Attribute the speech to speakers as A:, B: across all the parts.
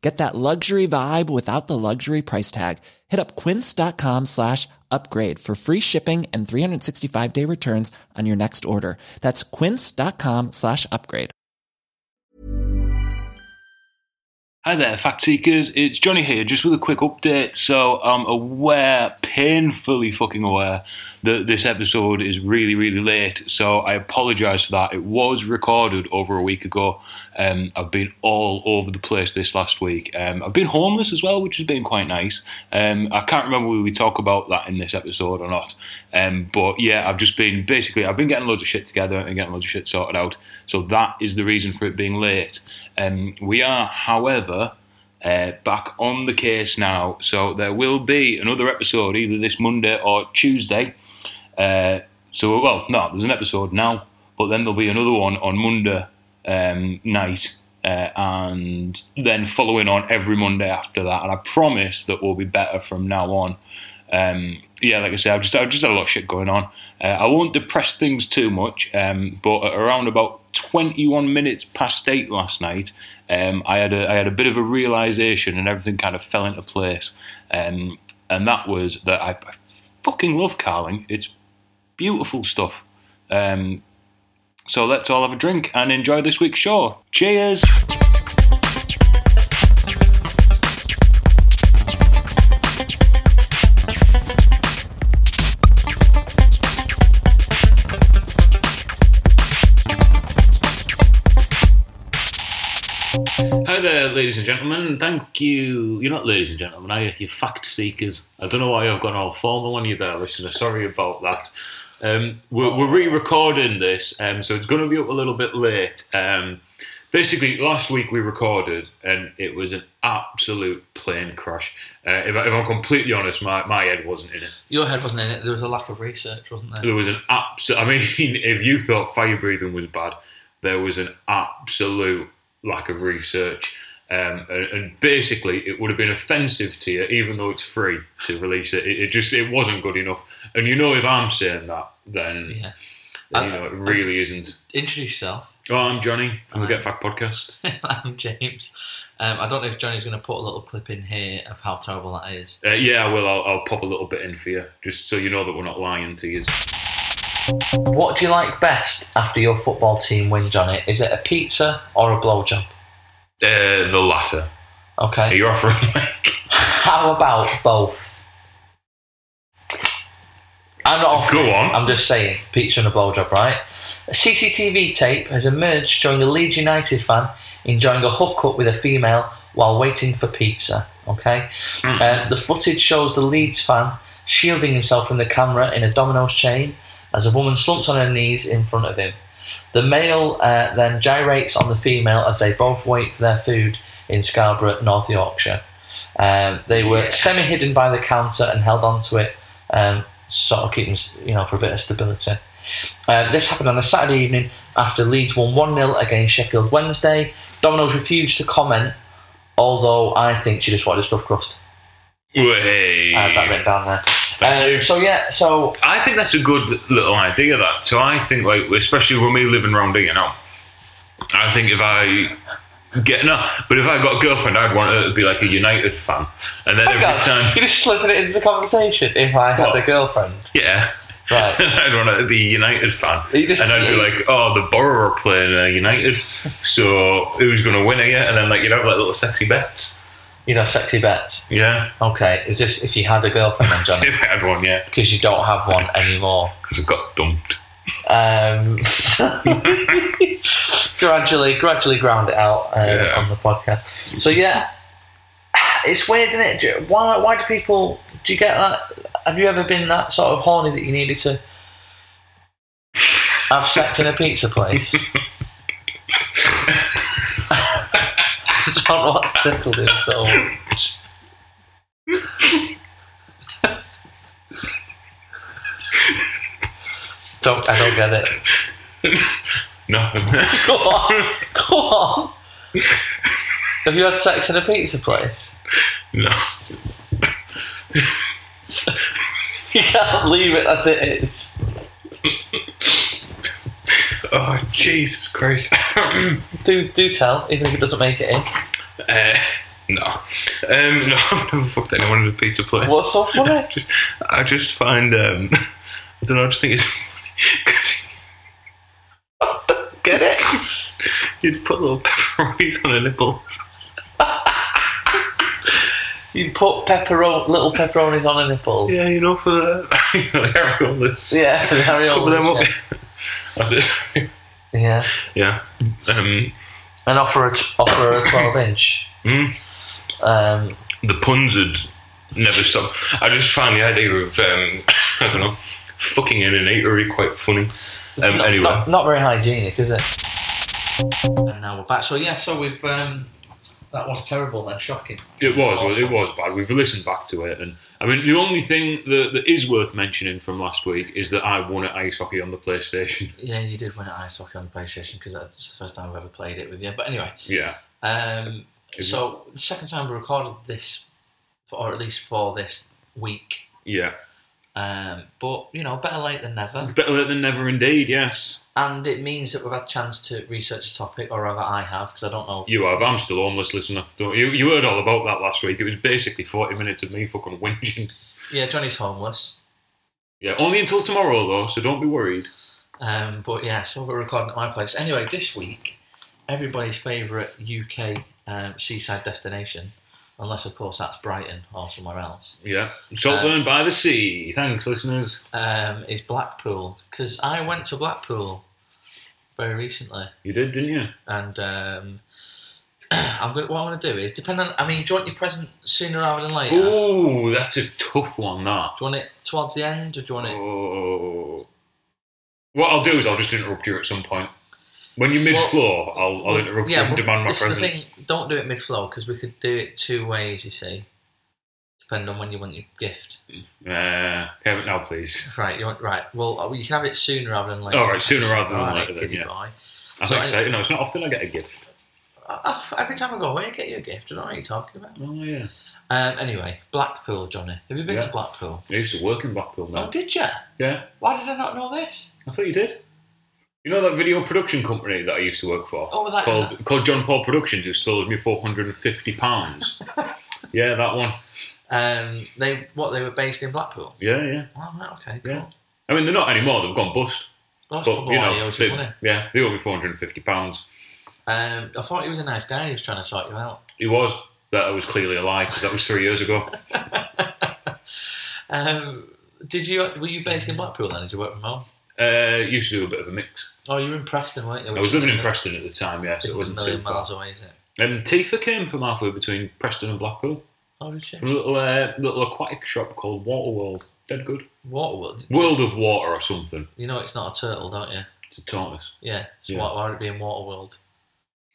A: Get that luxury vibe without the luxury price tag. Hit up quince.com slash upgrade for free shipping and 365 day returns on your next order. That's quince.com slash upgrade.
B: Hi there, fact seekers. It's Johnny here, just with a quick update. So I'm aware, painfully fucking aware, that this episode is really, really late. So I apologise for that. It was recorded over a week ago. Um, I've been all over the place this last week. Um, I've been homeless as well, which has been quite nice. Um, I can't remember whether we talk about that in this episode or not. Um, but yeah, I've just been basically I've been getting loads of shit together and getting loads of shit sorted out. So that is the reason for it being late. Um, we are, however, uh, back on the case now. So there will be another episode either this Monday or Tuesday. Uh, so, well, no, there's an episode now, but then there'll be another one on Monday um, night. Uh, and then following on every Monday after that, and I promise that we'll be better from now on. Um, yeah, like I say, I've just I've just had a lot of shit going on. Uh, I won't depress things too much, um, but at around about 21 minutes past eight last night, um, I had a I had a bit of a realization, and everything kind of fell into place. Um, and that was that I, I fucking love Carling. It's beautiful stuff. Um, so let's all have a drink and enjoy this week's show. Cheers. Hi there, ladies and gentlemen. Thank you. You're not ladies and gentlemen, are you? You're fact seekers. I don't know why I've gone all formal on you there, listener. Sorry about that. Um, we're, we're re-recording this, um, so it's going to be up a little bit late. Um, basically, last week we recorded, and it was an absolute plane crash. Uh, if, I, if I'm completely honest, my, my head wasn't in it.
C: Your head wasn't in it. There was a lack of research, wasn't there?
B: There was an absolute. I mean, if you thought fire breathing was bad, there was an absolute lack of research. Um, and, and basically, it would have been offensive to you, even though it's free to release it. It, it just it wasn't good enough. And you know, if I'm saying that, then
C: Yeah.
B: you
C: I-
B: know it really isn't.
C: Introduce yourself.
B: Oh, I'm Johnny from the
C: I-
B: Get Fact podcast.
C: I'm James. Um, I don't know if Johnny's going to put a little clip in here of how terrible that is.
B: Uh, yeah, I will. I'll, I'll pop a little bit in for you, just so you know that we're not lying to you.
C: What do you like best after your football team wins, Johnny? Is it a pizza or a blowjob?
B: Uh, the latter. Are
C: Okay.
B: you offering? Like,
C: How about both? I'm not offering.
B: go on.
C: I'm just saying, pizza and a blowjob, right? A CCTV tape has emerged showing a Leeds United fan enjoying a hookup with a female while waiting for pizza. Okay,
B: Mm.
C: Um, the footage shows the Leeds fan shielding himself from the camera in a dominoes chain as a woman slumps on her knees in front of him. The male uh, then gyrates on the female as they both wait for their food in Scarborough, North Yorkshire. Um, they were
B: Yeah.
C: semi-hidden by the counter and held onto it, um, sort of keeping, s- you know, for a bit of stability. Uh, this happened on a Saturday evening after Leeds won 1 0 against Sheffield Wednesday. Domino's refused to comment, although I think she just wanted a stuffed crust.
B: Way.
C: I had that written down there.
B: Thank
C: Um,
B: you.
C: so, yeah, so
B: I think that's a good little idea. That so I think like especially when we live in round here now. I think if I get no, but if I got a girlfriend, I'd want her to be like a United fan, and then
C: Hang
B: every
C: on,
B: time,
C: you're just slipping it into conversation if I had
B: What?
C: a girlfriend.
B: yeah.
C: Right.
B: I'd want to be a United fan.
C: You just-
B: and I'd be like, oh, the Borough are playing uh, United, so who's going to win here? And then, like, you'd have, like, little sexy bets.
C: you know, sexy bets.
B: Yeah.
C: Okay, is this if you had a girlfriend then, Johnny?
B: If I had one, yeah,
C: Because you don't have one anymore.
B: because I got dumped.
C: Um, gradually, gradually ground it out uh,
B: Yeah.
C: on the podcast. So yeah, it's weird, isn't it? Do- Why, why do people? Do you get that? Have you ever been that sort of horny that you needed to have sex in a pizza place? I don't know what's tickled him so much. Don't I don't get it.
B: Nothing.
C: Go on, go on. Have you had sex in a pizza place?
B: no.
C: You can't leave it as it is.
B: Oh, Jesus Christ.
C: Do do tell, even if it doesn't make it in.
B: Uh, no. Um, no, I've never fucked anyone in a pizza place.
C: What's so funny?
B: Just, I just find, um, I don't know, I just think it's funny 'cause-
C: Get it?
B: you'd put little pepperonis on her nipples.
C: You put pepperoni, little pepperonis on her nipples.
B: Yeah, you know, for the, you know, the areolas.
C: Yeah, for the areolas,
B: Couple of them up.
C: yeah.
B: I just,
C: Yeah.
B: yeah. Um,
C: And offer a t- offer a twelve inch.
B: mm,
C: Um,
B: the puns had never stop. I just find the idea of, um, I don't know, fucking in an eatery quite funny. Um,
C: not,
B: anyway.
C: not, not very hygienic, is it? And now we're back. So yeah, so we've um, that was terrible and shocking.
B: It was, well, it was bad. We've listened back to it, and I mean, the only thing that, that is worth mentioning from last week is that I won at ice hockey on the PlayStation.
C: Yeah, you did win at ice hockey on the PlayStation because that's the first time I've ever played it with you. But anyway,
B: Yeah,
C: um,
B: Is
C: so the second time we recorded this, or at least for this week.
B: yeah,
C: Um, but you know, better late than never.
B: better late than never, indeed. Yes,
C: And it means that we've had a chance to research a topic, or rather, I have because I don't know.
B: you have. I'm still homeless, listener. Don't you? You heard all about that last week. It was basically 40 minutes of me fucking whinging.
C: Yeah, Johnny's homeless.
B: Yeah, only until tomorrow though, so don't be worried.
C: Um, but yeah, so we're recording at my place. Anyway, this week, everybody's favourite UK um, seaside destination, unless of course that's Brighton or somewhere else,
B: Yeah, Saltburn by the sea. Thanks, listeners.
C: um, is Blackpool. Because I went to Blackpool very recently,
B: You did, didn't you?
C: and um, I'm going. What I'm going to do is depend on. I mean, do you want your present sooner rather than later? Do
B: Oh, that's a tough one. That.
C: you want it towards the end, or do you want it?
B: Oh. What I'll do is I'll just interrupt you at some point. When you're
C: Well-
B: mid floor, Oh, I'll, I'll interrupt you and
C: well,
B: demand my
C: this is the
B: present.
C: thing. Don't do it mid flow because we could do it two ways. You see, depending on when you want your gift.
B: Uh, Kevin, now please.
C: Right, you want right. Well, uh, you can have it sooner rather than later.
B: All right, sooner rather than
C: All right,
B: later then,
C: goody
B: yeah.
C: bye.
B: That's
C: So I-
B: exciting. No, it's not often I get a gift.
C: Uh, uh, Every time I go away, I get you a gift. I don't know what you're talking about.
B: Oh yeah.
C: Um, anyway, Blackpool, Johnny. Have you been
B: Yeah.
C: to Blackpool?
B: I used to work in Blackpool now.
C: Oh, did you?
B: Yeah,
C: Why did I not know this?
B: I thought you did. You know that video production company that I used to work for,
C: Oh, that
B: called called John Paul Productions, who stole me four hundred and fifty pounds. yeah, that one.
C: Um, they what they were based in Blackpool.
B: Yeah, yeah.
C: Oh, right, okay, cool.
B: Yeah. I mean, they're not anymore. They've gone bust.
C: Well, that's
B: But
C: probably
B: you
C: why he
B: know,
C: owes you
B: they-
C: money.
B: yeah, they owe me four hundred and fifty pounds.
C: Um, I thought he was a nice guy. He was trying to sort you out.
B: He was. That was clearly a lie 'cause that was three years ago.
C: um, did you were you based in Blackpool then? Did you work from home?
B: Uh, used to do a bit of a mix.
C: Oh, you were in Preston, weren't you?
B: I was living in Preston at the time, yeah, so it wasn't
C: a
B: too
C: million
B: far.
C: miles away, is it?
B: Um, Tifa came from halfway between Preston and Blackpool
C: Oh, did you?
B: from a little uh, little aquatic shop called Waterworld. Dead good.
C: Waterworld.
B: World of Water or something.
C: You know it's not a turtle, don't you?
B: It's a tortoise.
C: Yeah. So
B: Yeah.
C: why, why would it be in Waterworld?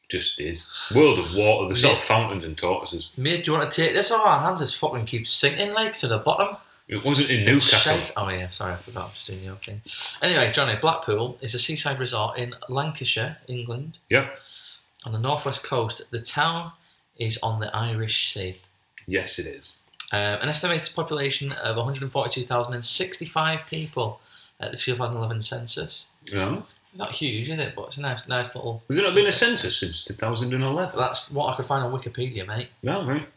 B: Just is. World of Water. They sell
C: Yeah.
B: fountains and tortoises.
C: Mate, do you want to take this off our hands? This fucking keeps sinking, like, to the bottom.
B: It wasn't in Newcastle.
C: Shite. Oh, yeah, sorry, I forgot. I'm just doing your thing. Anyway, Johnny, Blackpool is a seaside resort in Lancashire, England,
B: Yep.
C: on the northwest coast. The town is on the Irish Sea.
B: Yes, it is.
C: Um, an estimated population of 142,065 people at the 2011 census.
B: Yeah.
C: It's not huge, is it? But it's a nice, nice little.
B: Has there not been a census since 2011?
C: That's what I could find on Wikipedia, mate.
B: No, right.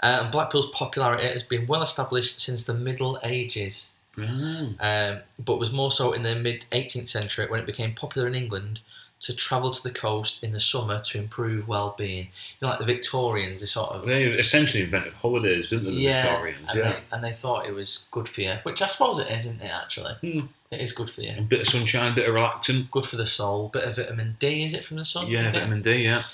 C: Um, Blackpool's popularity has been well established since the Middle Ages,
B: Mm.
C: um, but was more so in the mid 18th century when it became popular in England to travel to the coast in the summer to improve well-being. You know, like the Victorians, they sort of
B: They essentially invented holidays, didn't they? The Victorians.
C: and,
B: Yeah.
C: They, and they thought it was good for you, which I suppose it is, isn't it? Actually,
B: Hmm.
C: it is good for you.
B: A bit of sunshine, bit of relaxing.
C: Good for the soul. Bit of vitamin D, is it from the sun?
B: Yeah, vitamin D, yeah.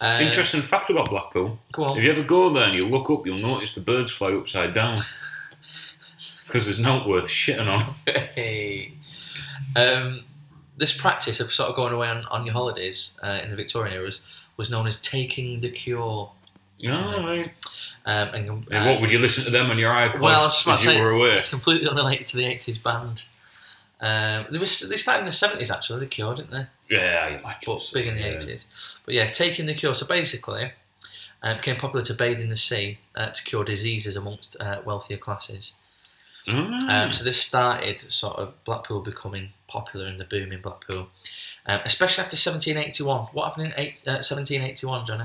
C: Uh,
B: Interesting fact about Blackpool.
C: Go on.
B: If you ever go there and you look up, you'll notice the birds fly upside down. Because there's not worth shitting on.
C: Hey. um, this practice of sort of going away on, on your holidays uh, in the Victorian era was, was known as taking the cure.
B: No, right.
C: Um, and, uh,
B: And what would you listen to them on your iPod
C: well, I was just about
B: as
C: to
B: you
C: say,
B: were away?
C: it's completely unrelated to the 80s band. Um, they, was, they started in the 70s, actually, The Cure, didn't they?
B: Yeah, you might
C: But
B: just-
C: big in the
B: yeah.
C: 80s. But yeah, taking The Cure. So basically, uh, it became popular to bathe in the sea uh, to cure diseases amongst uh, wealthier classes. Um,
B: Mm.
C: so this started sort of Blackpool becoming popular in the boom in Blackpool, um, especially after 1781. What happened in eight, uh, 1781, Johnny?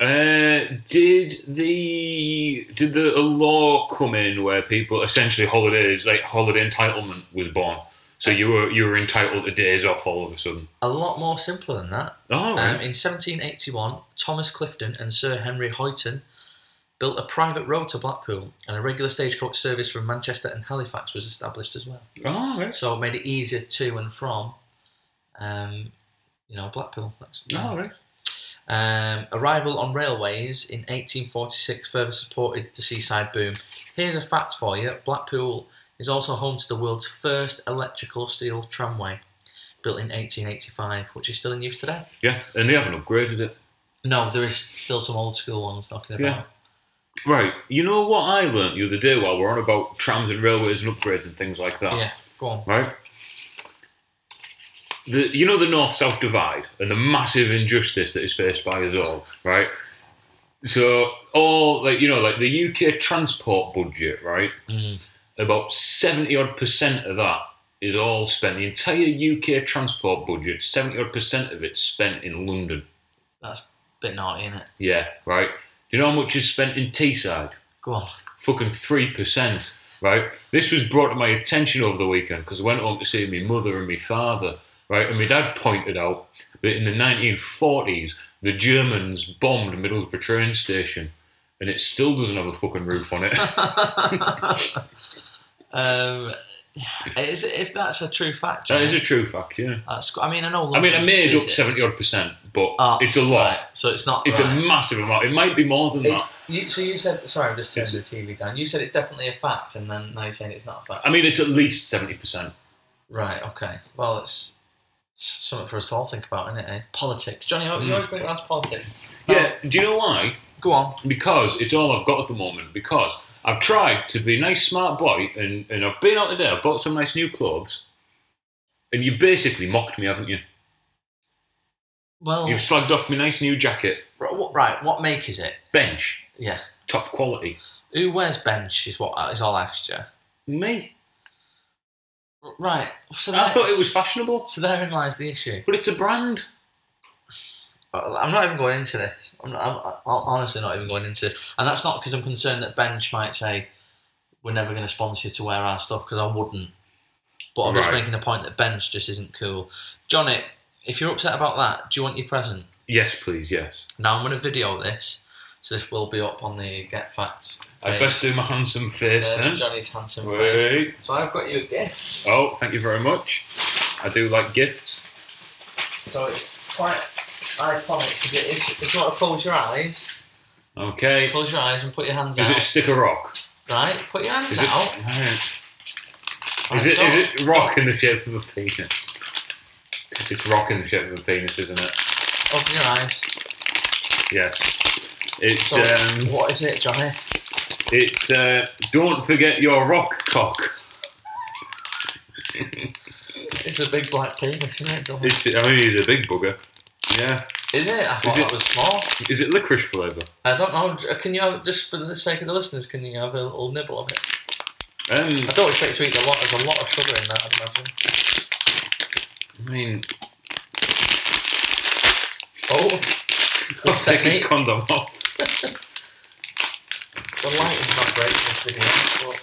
B: Uh, did the did the a law come in where people essentially holidays like holiday entitlement was born? So
C: Uh,
B: you were you were entitled to days off all of a sudden.
C: A lot more simpler than that.
B: Oh,
C: Um,
B: right.
C: in 1781, Thomas Clifton and Sir Henry Hoyton built a private road to Blackpool, and a regular stagecoach service from Manchester and Halifax was established as well.
B: oh, right.
C: So it made it easier to and from, um, you know, Blackpool. That's,
B: Oh, right.
C: Um, arrival on railways in 1846 further supported the seaside boom. Here's a fact for you Blackpool is also home to the world's first electrical steel tramway, built in 1885, which is still in use today.
B: Yeah, and they haven't upgraded it.
C: No, there is still some old school ones knocking about.
B: Yeah. Right. You know what I learnt the other day while we're on about trams and railways and upgrades and things like that.
C: Yeah, go on.
B: Right. The you know the north south divide and the massive injustice that is faced by us all. Right. So all like you know like the UK transport budget. Right.
C: Mm.
B: About seventy odd percent of that is all spent. The entire UK transport budget, seventy odd percent of it's spent in London.
C: That's a bit naughty, isn't it?
B: Yeah. Right. Do you know how much is spent in Teesside?
C: Go on.
B: fucking three percent. Right, this was brought to my attention over the weekend because I went home to see my mother and my father. Right, and my dad pointed out that in the 1940s the Germans bombed Middlesbrough train station, and it still doesn't have a fucking roof on it.
C: um, is it- if that's a true fact,
B: that
C: Johnny,
B: is a true fact, yeah.
C: that's, I mean, I know.
B: I mean, I
C: London's
B: made up
C: busy.
B: seventy odd percent, but
C: Ah,
B: it's a lot.
C: Right, so it's not.
B: It's
C: right.
B: a massive amount. It might be more than
C: It's,
B: that.
C: you, so you said sorry, I'm just turning
B: It's-
C: the TV down. You said it's definitely a fact, and then now you're saying it's not a fact.
B: I mean, it's at least seventy percent.
C: right? Okay. Well, it's, it's something for us to all think about, isn't it? Eh? Politics, Johnny. You
B: Mm.
C: always bring it around to politics.
B: Yeah.
C: Oh.
B: Do you know why?
C: Go on.
B: because it's all I've got at the moment. Because I've tried to be a nice, smart boy, and, and I've been out today. I bought some nice new clothes, and you basically mocked me, haven't you?
C: Well, Oh.
B: You've slagged off my nice new jacket,
C: r- what, right. What make is it?
B: bench,
C: Yeah.
B: top quality.
C: Who wears bench is what is all I asked you.
B: Me,
C: R- Right. So
B: I thought
C: that's-
B: it was fashionable,
C: So therein lies the issue.
B: but it's a brand.
C: Well, I'm not even going into this. I'm, not, I'm, I'm honestly not even going into this, and that's not because I'm concerned that Bench might say we're never going to sponsor you to wear our stuff because I wouldn't. But I'm just
B: Right.
C: making the point that Bench just isn't cool. Johnny, if you're upset about that, do you want your present?
B: Yes, please, yes.
C: Now I'm going to video this, so this will be up on the Get Facts.
B: I
C: page.
B: best do my handsome face
C: There's
B: then.
C: Johnny's handsome face.
B: Wait.
C: So I've got you a gift.
B: Oh, thank you very much. I do like gifts.
C: So it's quite iconic because it is. If you want to close your eyes,
B: Okay. Is
C: close your eyes and put your hands
B: it
C: out.
B: a stick of rock?
C: Right, put your hands
B: Is it,
C: out.
B: Is it,
C: Right,
B: is it rock in the shape of a penis? It's rock in the shape of a penis, isn't it?
C: don't Open your eyes.
B: Yes. It's
C: So,
B: um,
C: what is it, Johnny?
B: it's uh, don't forget your rock cock.
C: It's a big black penis, isn't it, Johnny?
B: It's, I mean, he's a big bugger. Yeah.
C: Is it? I thought
B: it-
C: it? was small.
B: Is it licorice flavour?
C: I don't know. Can you have just for the sake of the listeners? Can you have a little nibble of it?
B: Um,
C: I don't expect to eat a lot. There's a lot of sugar in that, I'd imagine.
B: I mean,
C: Oh,
B: I'll
C: good
B: take his
C: technique.
B: condom off.
C: The light is not great in this video. But...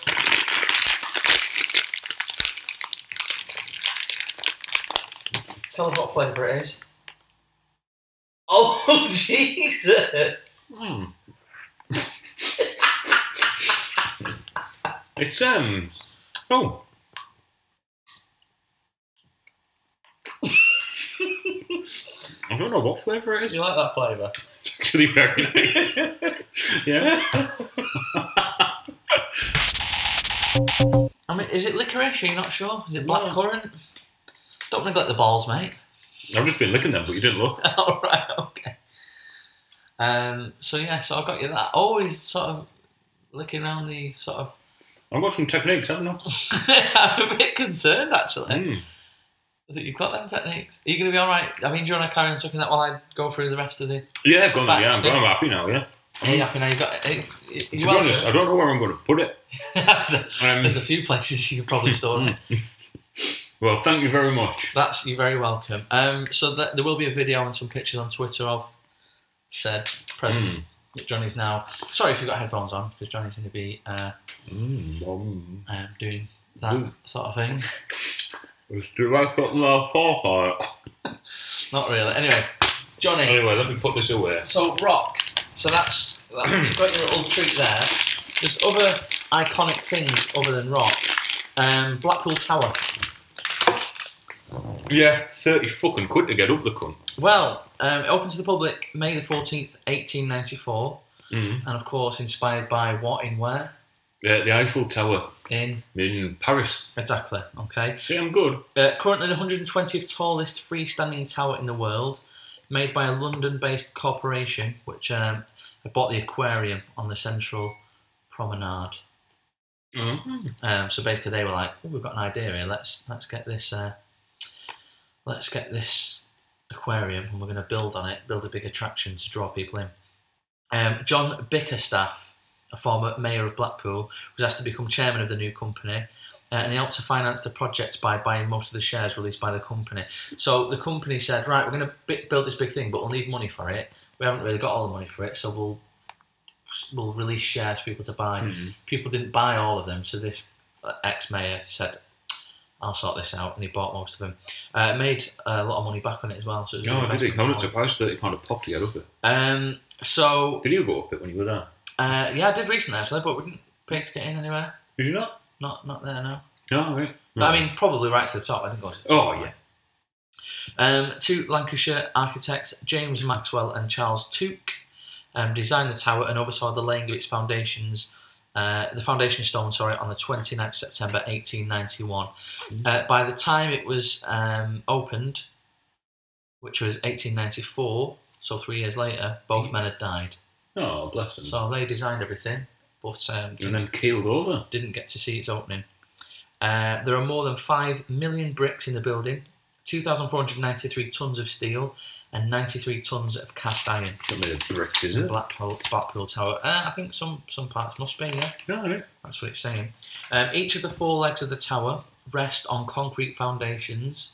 C: Tell us what flavour it is. Oh Jesus!
B: Hmm. it's um. Oh. I don't know what flavour it is.
C: Do you like that flavour?
B: actually very nice. yeah.
C: I mean, is it licorice? Are you not sure? Is it
B: No.
C: blackcurrant? Don't neglect the balls, mate.
B: I've just been licking them, but you didn't look.
C: All right, okay. Um, so yeah, so I got you that. Always sort of looking around the sort of
B: I've got some techniques, haven't I?
C: I'm a bit concerned actually.
B: Mm.
C: I think you've got them techniques. Are you going to be all right? I mean, do you want to carry on sucking that while I go through the rest of the?
B: Yeah, gone,
C: Back
B: yeah, I'm,
C: to-
B: I'm happy now, yeah.
C: Are you happy now? You got? Are you,
B: To
C: you
B: be
C: all right?
B: honest, I don't know where I'm going to put it. Um, hmm.
C: There's a few places you could probably store it.
B: Well, thank you very much.
C: That's you're very welcome. Um, so th- there will be a video and some pictures on Twitter of said president.
B: Mm.
C: that Johnny's now. Sorry if you've got headphones on because Johnny's going to be uh,
B: Mm. Mm.
C: um, doing that
B: Ooh.
C: sort of thing.
B: Do I put my fork on it?
C: Not really. Anyway, Johnny.
B: Anyway, let me put this away.
C: So rock. So that's, that's you've got your little treat there. There's other iconic things other than rock. Um, Blackpool Tower.
B: Yeah, 30 fucking quid to get up the cunt.
C: Well, um, it opened to the public May the 14th, 1894,
B: Mm.
C: and of course inspired by what in where?
B: Yeah, the Eiffel Tower
C: In
B: in Paris.
C: exactly. Okay.
B: See, I'm good.
C: Uh, currently the 120th tallest freestanding tower in the world, made by a London-based corporation which um, bought the aquarium on the central promenade.
B: Mm.
C: Um, so basically, they were like, "Oh, we've got an idea here. Let's let's get this uh, let's get this aquarium, and we're going to build on it, build a big attraction to draw people in." Um, John Bickerstaff, a former mayor of Blackpool, was asked to become chairman of the new company, uh, and he helped to finance the project by buying most of the shares released by the company. So the company said, "Right, we're going to bi- build this big thing, but we'll need money for it. We haven't really got all the money for it, so we'll we'll release shares for people to buy."
B: Mm.
C: people didn't buy all of them, so this ex mayor said, I'll sort this out, and he bought most of them. Uh, made a lot of money back on it as well. So it was a
B: No,
C: good
B: I Oh, did it.
C: investment
B: Come to Paris, 30 pound a pop to get up it.
C: Um, so,
B: Did you go up it when you were there?
C: uh, yeah, I did recently actually, but we didn't pay to get in anywhere.
B: Did you not?
C: Not not there, no.
B: No, right.
C: But, I mean, probably right to the top. I didn't go to the top.
B: Oh, yeah.
C: Um, two Lancashire architects, James Maxwell and Charles Tuke, um, designed the tower and oversaw the laying of its foundations, uh, the foundation stone, sorry, on the 29th September 1891.
B: Mm-hmm.
C: Uh, by the time it was um, opened, which was 1894, so three years later,
B: Mm-hmm.
C: both men had died.
B: Oh, bless them.
C: So they designed everything, but um,
B: and then keeled over.
C: didn't get to see its opening. Uh, there are more than 5 million bricks in the building, 2,493 tonnes of steel, and 93 tonnes of cast iron.
B: Not made of bricks, is
C: in
B: it?
C: Blackpool, Blackpool Tower. Uh, I think some, some parts must be, yeah.
B: No, right.
C: That's what it's saying. Um, each of the four legs of the tower rest on concrete foundations,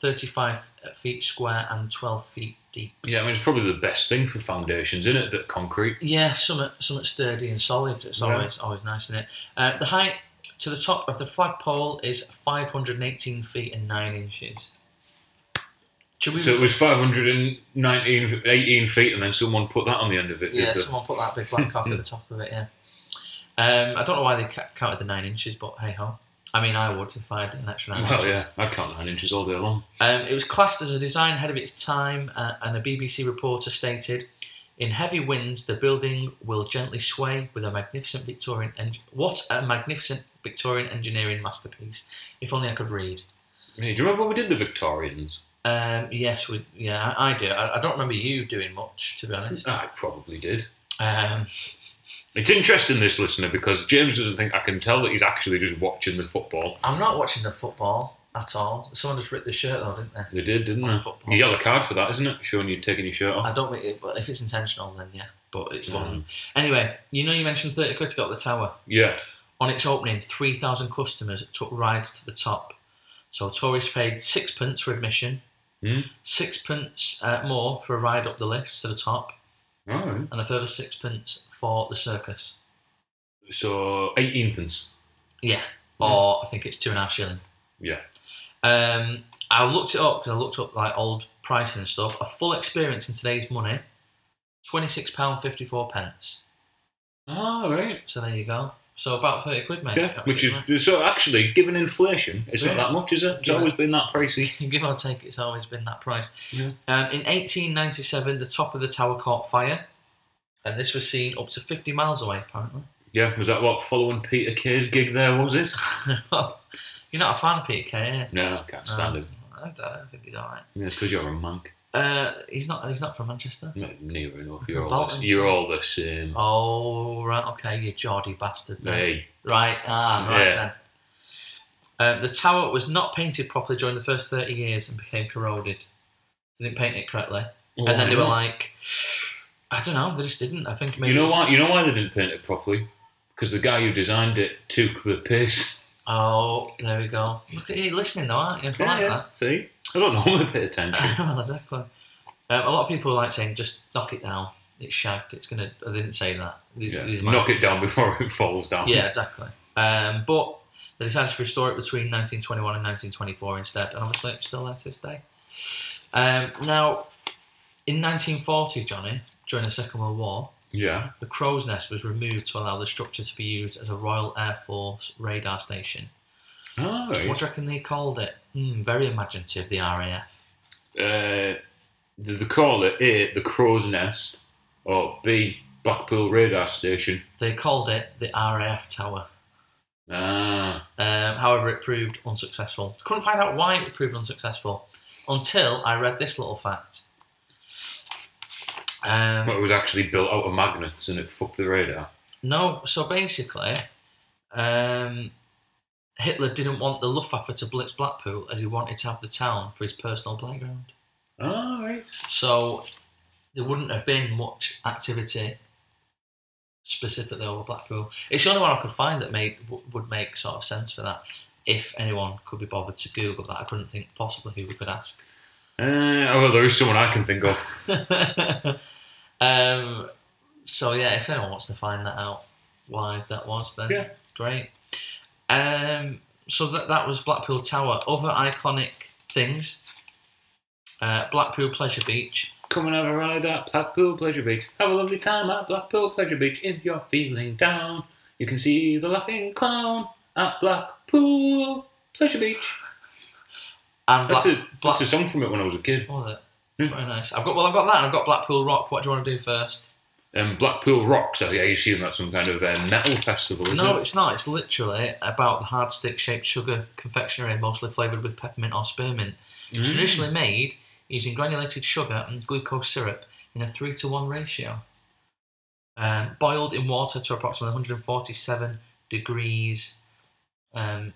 C: 35 feet square and 12 feet deep.
B: Yeah, I mean, it's probably the best thing for foundations, isn't it? A bit of concrete.
C: Yeah, somewhat, somewhat sturdy and solid. It's
B: Yeah.
C: always always nice, isn't it? Uh, the height to the top of the flagpole is 518 feet and 9 inches. Should we?
B: So it was 519, 18 feet, and then someone put that on the end of it, did
C: yeah,
B: they?
C: someone put that big black cock at the top of it, yeah. Um, I don't know why they ca- counted the 9 inches, but hey ho. I mean, I would if I had an extra 9
B: Well,
C: inches.
B: yeah, I'd count nine inches all day long.
C: Um, it was classed as a design ahead of its time, uh, and a BBC reporter stated, "In heavy winds, the building will gently sway with a magnificent Victorian en- what a magnificent Victorian engineering masterpiece. If only I could read."
B: Hey, do you remember when we did the Victorians?
C: Um, yes, we, yeah, I, I do. I, I don't remember you doing much, to be honest.
B: I probably did.
C: Um,
B: It's interesting, this listener, because James doesn't think I can tell that he's actually just watching the football.
C: I'm not watching the football at all. Someone just ripped the shirt though, didn't they?
B: They did, didn't
C: On
B: they?
C: football.
B: You yellow card for that, isn't it? Showing you taking your shirt
C: I
B: off.
C: don't think it, but if it's intentional, then yeah. But it's
B: Mm.
C: wasn't. Anyway, you know you mentioned thirty quid to go up the tower.
B: Yeah.
C: On its opening, 3,000 customers took rides to the top. So tourists paid sixpence for admission,
B: Hmm.
C: sixpence uh, more for a ride up the lifts to the top,
B: All right.
C: and a further sixpence for the circus.
B: So, 18 pence.
C: Yeah, or I think it's two and a half shilling.
B: Hmm. Yeah.
C: Um, I looked it up because I looked up like old pricing and stuff. A full experience in today's money, £26.54. pence.
B: All right.
C: So there you go. So about 30 quid, mate.
B: Yeah, which
C: Absolutely.
B: is so actually, given inflation, it's not
C: Yeah.
B: that much, is it? It's
C: Yeah.
B: always been that pricey.
C: Give or take, it's always been that price.
B: Yeah.
C: Um, in 1897, the top of the tower caught fire, and this was seen up to 50 miles away, apparently.
B: Yeah, was that what following Peter Kay's gig there was? It?
C: You're not a fan of Peter Kay, are you?
B: No, I can't stand
C: Um,
B: him.
C: I don't I think he's alright.
B: Yeah, it's because you're a monk.
C: Uh, he's not. He's not from Manchester.
B: No, near enough. You're all
C: Bolton.
B: the, you're all the same.
C: Oh right, okay, you Geordie bastard. then.
B: Hey,
C: Right, ah, right
B: Yeah.
C: then. Uh, the tower was not painted properly during the first thirty years and became corroded. They didn't paint it correctly, and then they were like, I don't know, they just didn't. I think maybe
B: you know
C: it was-
B: why? You know why they didn't paint it properly? Because the guy who designed it took the piss.
C: Oh, there we go. Look at you listening though, aren't you? I like that.
B: See, I don't normally pay attention.
C: well, exactly. Um, a lot of people like saying just knock it down. It's shagged. It's gonna. I didn't say that. These,
B: Yeah,
C: these are my-
B: Knock it down before it falls down.
C: Yeah, exactly. Um, but they decided to restore it between 1921 and 1924 instead, and obviously it's still there to this day. Um, now, in 1940, Johnny, during the Second World War,
B: Yeah.
C: the crow's nest was removed to allow the structure to be used as a Royal Air Force radar station.
B: All
C: What
B: right.
C: do you reckon they called it? Hmm, very imaginative, the RAF.
B: Uh, did they call it A, the crow's nest, or B, Blackpool radar station?
C: They called it the RAF Tower.
B: Ah,
C: Um, however, it proved unsuccessful. Couldn't find out why it proved unsuccessful until I read this little fact.
B: well,
C: Um,
B: it was actually built out of magnets and it fucked the radar.
C: no, so basically, um, Hitler didn't want the Luftwaffe to blitz Blackpool as he wanted to have the town for his personal playground.
B: All right.
C: So there wouldn't have been much activity specifically over Blackpool. It's the only one I could find that made w- would make sort of sense for that. If anyone could be bothered to Google that, I couldn't think possibly who we could ask.
B: Uh, oh, there is someone I can think of.
C: um, so yeah, if anyone wants to find that out, why that was, then
B: Yeah.
C: great. Um, so that that was Blackpool Tower. Other iconic things: uh, Blackpool Pleasure Beach.
B: Come and have a ride at Blackpool Pleasure Beach. Have a lovely time at Blackpool Pleasure Beach. If you're feeling down, you can see the laughing clown at Blackpool Pleasure Beach.
C: And
B: That's,
C: Black-
B: a,
C: Black-
B: that's a song from it when I was a kid.
C: what was it?
B: Hmm.
C: Very nice. I've got well, I've got that. and I've got Blackpool Rock. What do you want to do first?
B: Um, Blackpool Rocks, I I assume that's some kind of uh, metal festival, isn't
C: no,
B: it?
C: it's not. It's literally about the hard stick shaped sugar confectionery, mostly flavored with peppermint or spearmint.
B: Mm.
C: traditionally made using granulated sugar and glucose syrup in a 3 to 1 ratio. Um, boiled in water to approximately 147 degrees um,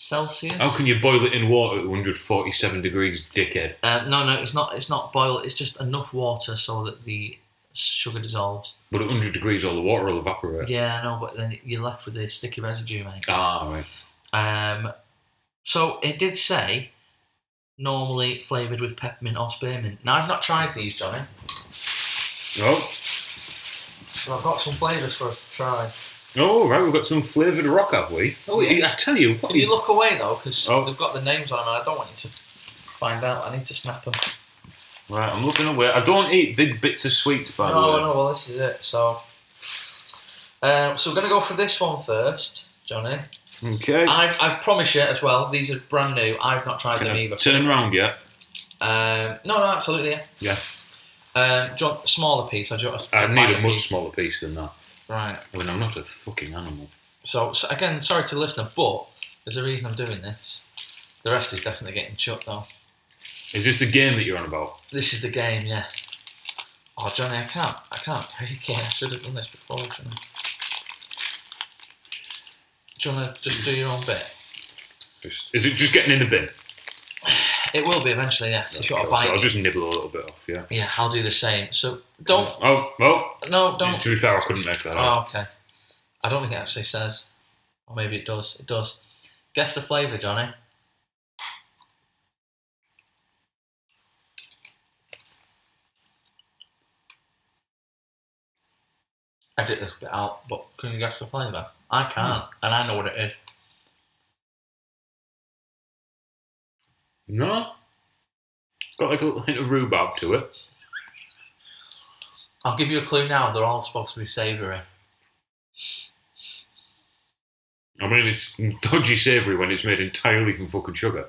C: Celsius.
B: How can you boil it in water at 147 degrees, dickhead?
C: Um, no, no, it's not. It's not boiled. It's just enough water so that the sugar dissolves.
B: But at 100 degrees, all the water will evaporate.
C: Yeah, I know, but then you're left with the sticky residue, mate.
B: Ah, right.
C: Um, so it did say normally flavored with peppermint or spearmint. Now I've not tried these, Johnny.
B: Oh,
C: So I've got some flavours for us to try.
B: oh, right, we've got some flavoured rock, have we?
C: Oh, yeah.
B: I tell you, what
C: If you
B: is-
C: look away though, because
B: Oh.
C: they've got the names on them, and I don't want you to find out. I need to snap them.
B: Right, I'm looking away. I don't eat big bits of sweets, by the
C: no,
B: way.
C: no. Well, this is it. So, um, so we're gonna go for this one first, Johnny.
B: Okay.
C: I, I promise you as well. These are brand new. I've not tried
B: Can
C: them
B: I
C: either.
B: turn round, yeah?
C: Um, no, no, absolutely. Yeah.
B: Yeah.
C: Um, do you want a smaller piece? Or do you want a
B: I need a
C: bite
B: much
C: piece?
B: smaller piece than that.
C: Right.
B: I mean, I'm not a fucking animal.
C: So, so again, sorry to the listener, but there's a reason I'm doing this. The rest is definitely getting chucked off.
B: Is this the game that you're on about?
C: This is the game, yeah. Oh, Johnny, I can't, I can't break it. I should have done this before. Shouldn't I? Do you want to just do your own bit?
B: Just, is it just getting in the bin?
C: It will be eventually, yeah. If you've got a
B: So
C: bite.
B: I'll just nibble a little bit off, yeah.
C: Yeah, I'll do the same. So don't,
B: Oh, well.
C: no, don't.
B: To be fair, I couldn't make that out.
C: Oh, okay. I don't think it actually says, or maybe it does. It does. Guess the flavour, Johnny. Edit this bit out, but can you guess the flavour? I can't, and I know what it is.
B: No. It's got like a little hint of rhubarb to it.
C: I'll give you a clue now. They're all supposed to be savoury.
B: I mean, it's dodgy savoury when it's made entirely from fucking sugar.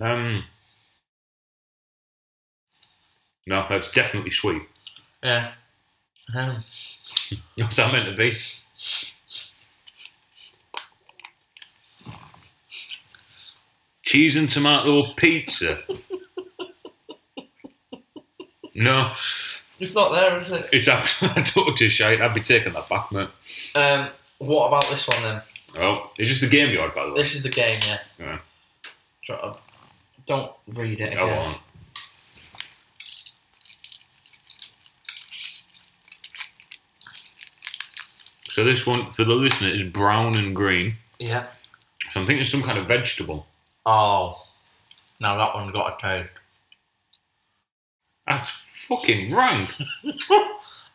B: Um. No, that's definitely sweet.
C: Yeah. Um,
B: What's that meant to be? Cheese and tomato pizza. No,
C: It's not there, is it?
B: it's absolutely utter shite. I'd be taking that back, mate.
C: Um, what about this one then?
B: Oh, it's just a game yard, by the way.
C: This is the game, yeah.
B: Yeah,
C: Try- Don't read it again.
B: I won't. So this one for the listener is brown and green.
C: Yeah.
B: So I'm thinking it's some kind of vegetable.
C: Oh. Now that one got a taste.
B: That's fucking rank.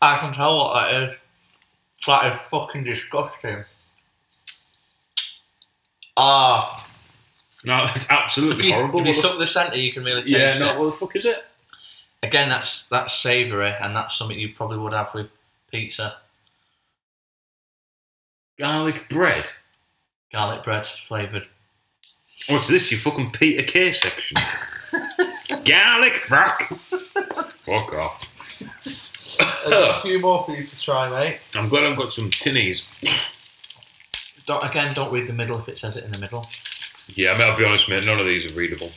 C: I can tell what that is. That is fucking disgusting. Ah,
B: No, that's
C: if
B: absolutely
C: you,
B: horrible.
C: if
B: What
C: you
B: the
C: suck the centre, you can really
B: f-
C: taste
B: yeah, no,
C: it.
B: what the fuck is it?
C: Again, that's that's savoury, and that's something you probably would have with pizza,
B: Garlic bread.
C: garlic bread flavoured.
B: What's Oh, this? You fucking Peter K section. Garlic crack. Fuck off.
C: a few more for you to try, mate.
B: I'm glad I've got some tinnies.
C: Don't, again, don't read the middle if it says it in the middle.
B: Yeah, I mean, I'll be honest, mate. None of these are readable.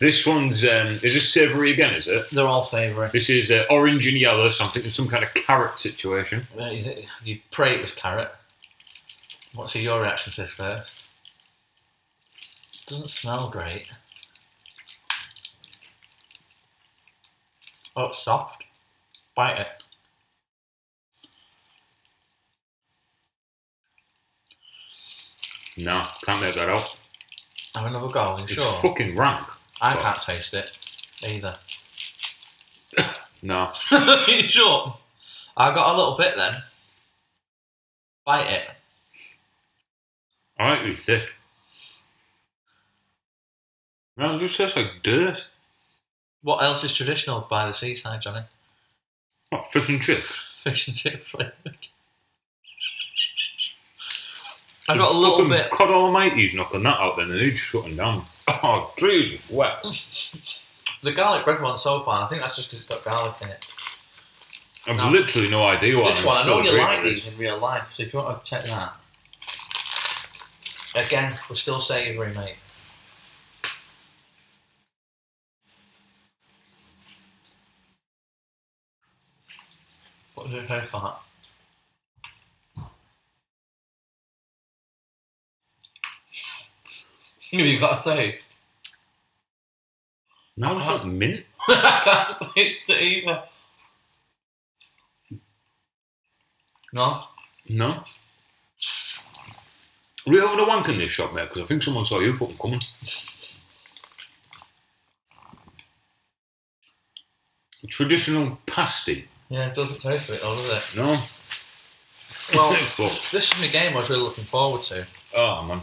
B: This one's um, is this savoury again? Is it?
C: They're all savoury.
B: This is uh, orange and yellow. Something, some kind of carrot situation.
C: Uh, is it- You pray it was carrot. What's your reaction to this first? Doesn't smell great. Oh, it's soft. Bite it.
B: No, can't make that out.
C: Have another go, are you
B: It's
C: sure?
B: fucking rank.
C: I can't taste it either.
B: No,
C: you sure? I got a little bit then. Bite it.
B: I like these thick. No, it just tastes like dirt.
C: What else is traditional by the seaside, Johnny?
B: What fish and chips?
C: Fish and chip flavoured. I got a little
B: Fucking
C: bit.
B: God Almighty's knocking that out. Then they need shutting down. Oh, Jesus, wet.
C: The garlic bread one's so far, I think that's just because it's got garlic in it.
B: I've
C: No.
B: literally no idea what
C: this
B: I'm
C: one, I know
B: still
C: you
B: agreeing
C: like
B: with
C: these in real life, so if you want to check that. Again, we're still savoury, mate. What does it taste like? Have you got a taste?
B: No, it's
C: Uh-huh.
B: not mint.
C: I can't taste it either. No?
B: No. Are we having a wank in this shop, mate? Because I think someone saw you fucking coming. Traditional pasty.
C: Yeah, it doesn't taste it though, does it?
B: No.
C: Well,
B: Fuck.
C: this is the game I was really looking forward to.
B: oh man.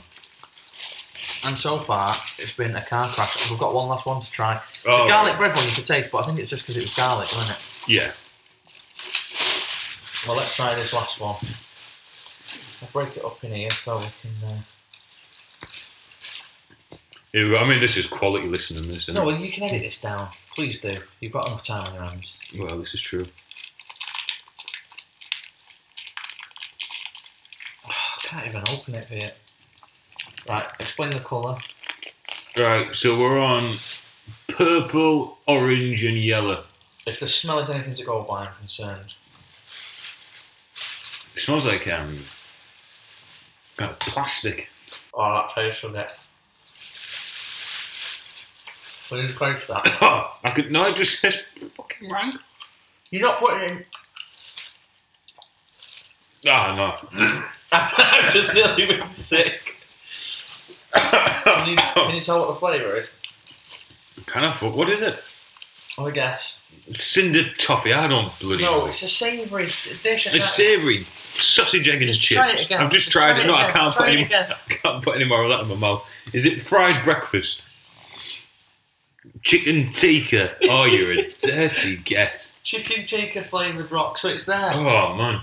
C: And so far, it's been a car crash. We've got one last one to try.
B: Oh,
C: the garlic bread one you could taste, but I think it's just because it was garlic, wasn't it?
B: Yeah.
C: Well, let's try this last one. I'll break it up in here so we can... Uh...
B: Here we go. I mean, this is quality listening. This. Isn't
C: No,
B: it?
C: well, you can edit this down. Please do. You've got enough time on your hands.
B: Well, this is true.
C: I can't even open it here. Right, explain the colour.
B: Right. So we're on purple, orange, and yellow.
C: If the smell is anything to go by, I'm concerned.
B: It smells like um, kind of plastic.
C: Oh, that tastes of it. Will you close that?
B: I could no. It just says fucking rank.
C: You're not putting it in.
B: Ah, no.
C: I've just nearly been sick. Can you, can you tell what the flavour is?
B: Can I fuck? What is it?
C: Oh, I guess.
B: Cinder toffee. I don't bloody
C: No,
B: know.
C: it's a savoury dish.
B: It's savoury sausage, egg, and
C: Just
B: chips.
C: try it again.
B: I've just,
C: Just
B: tried
C: try
B: it.
C: it
B: No, I
C: again.
B: can't
C: Try
B: put
C: it
B: any.
C: again.
B: I can't put any more of that in my mouth. Is it fried breakfast? Chicken tikka. Oh, you're a dirty get.
C: Chicken tikka flavoured rock, so it's there.
B: Oh man.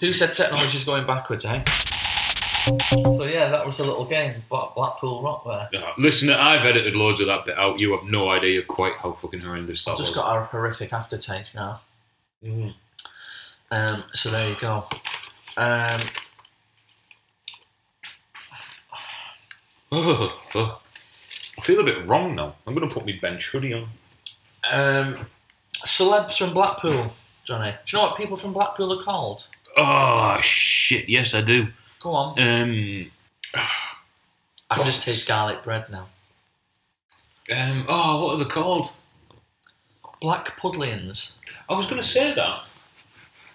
C: Who said technology's going backwards, eh? So, yeah, that was a little game. Black- Blackpool rock there.
B: Yeah. Listener, I've edited loads of that bit out. You have no idea quite how fucking horrendous that
C: Just
B: was.
C: got our horrific aftertaste now.
B: Mm.
C: Um, so there you go. Um,
B: Oh, oh. I feel a bit wrong now. I'm gonna put my bench hoodie on.
C: um, Celebs from Blackpool, Johnny. Do you know what people from Blackpool are called?
B: Oh shit! Yes, I do.
C: Go on.
B: Um,
C: I can just taste garlic bread now.
B: um, oh, what are they called?
C: Black Puddlians.
B: I was going to say that.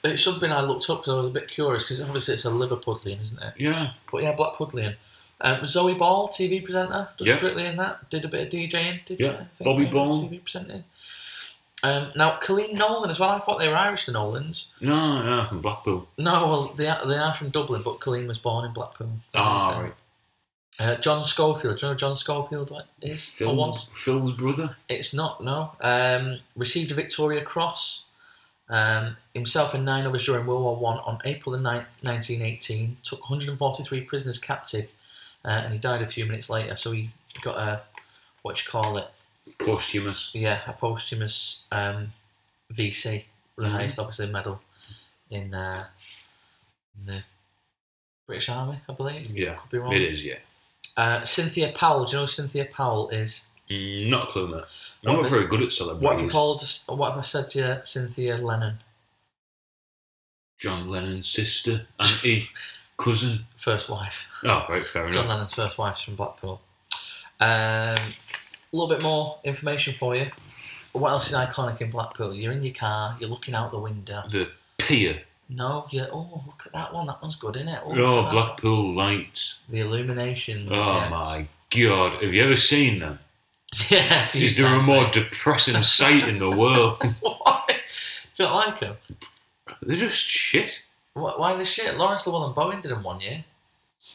C: It's something I looked up because I was a bit curious because obviously it's a Liverpudlian, isn't it?
B: Yeah.
C: But yeah, Black Puddlian. Um, Zoe Ball, TV presenter, does
B: Yeah.
C: strictly in that. Did a bit of DJing. Did
B: Yeah,
C: I think,
B: Bobby
C: yeah,
B: Ball.
C: TV presenting. Um, now, Colleen Nolan as well. I thought they were Irish, the Nolans.
B: No, no, from Blackpool.
C: No, well, they are, they are from Dublin, but Colleen was born in Blackpool.
B: Ah,
C: Um,
B: right.
C: Uh, John Schofield. Do you know who John Schofield Hmm? what is? Or was?
B: Phil's, Phil's brother.
C: It's not, no. Um, received a Victoria Cross. Um, himself and nine others during World War One on April the 9th, 1918. Took 143 prisoners captive uh, and he died a few minutes later. So he got a, what do you call it?
B: Posthumous.
C: Yeah, a posthumous um, VC. The
B: Mhm.
C: highest, obviously, medal in, uh, in the British Army, I believe.
B: Yeah,
C: Could be wrong.
B: It is, yeah.
C: Uh, Cynthia Powell. Do you know who Cynthia Powell is?
B: Mm, not a clue, mate. I'm
C: What
B: not
C: the-
B: very good at
C: What have I
B: celebrities.
C: called? What have I said to you, Cynthia Lennon?
B: John Lennon's sister, auntie, cousin.
C: First wife.
B: Oh, right, fair
C: John
B: enough.
C: Lennon's first wife's from Blackpool. Um, a little bit more information for you. What else is iconic in Blackpool? You're in your car. You're looking out the window.
B: The pier.
C: No, you oh look at that one. That one's good, isn't it? Oh, look
B: Oh,
C: at that.
B: Blackpool lights.
C: The illuminations.
B: Oh
C: yes.
B: my god. Have you ever seen them?
C: Yeah. if you
B: Is there a
C: say-
B: more depressing sight in the world?
C: Why? Do you not like them?
B: They're just shit.
C: Why, why the shit? Lawrence Llewellyn Bowen did them one year.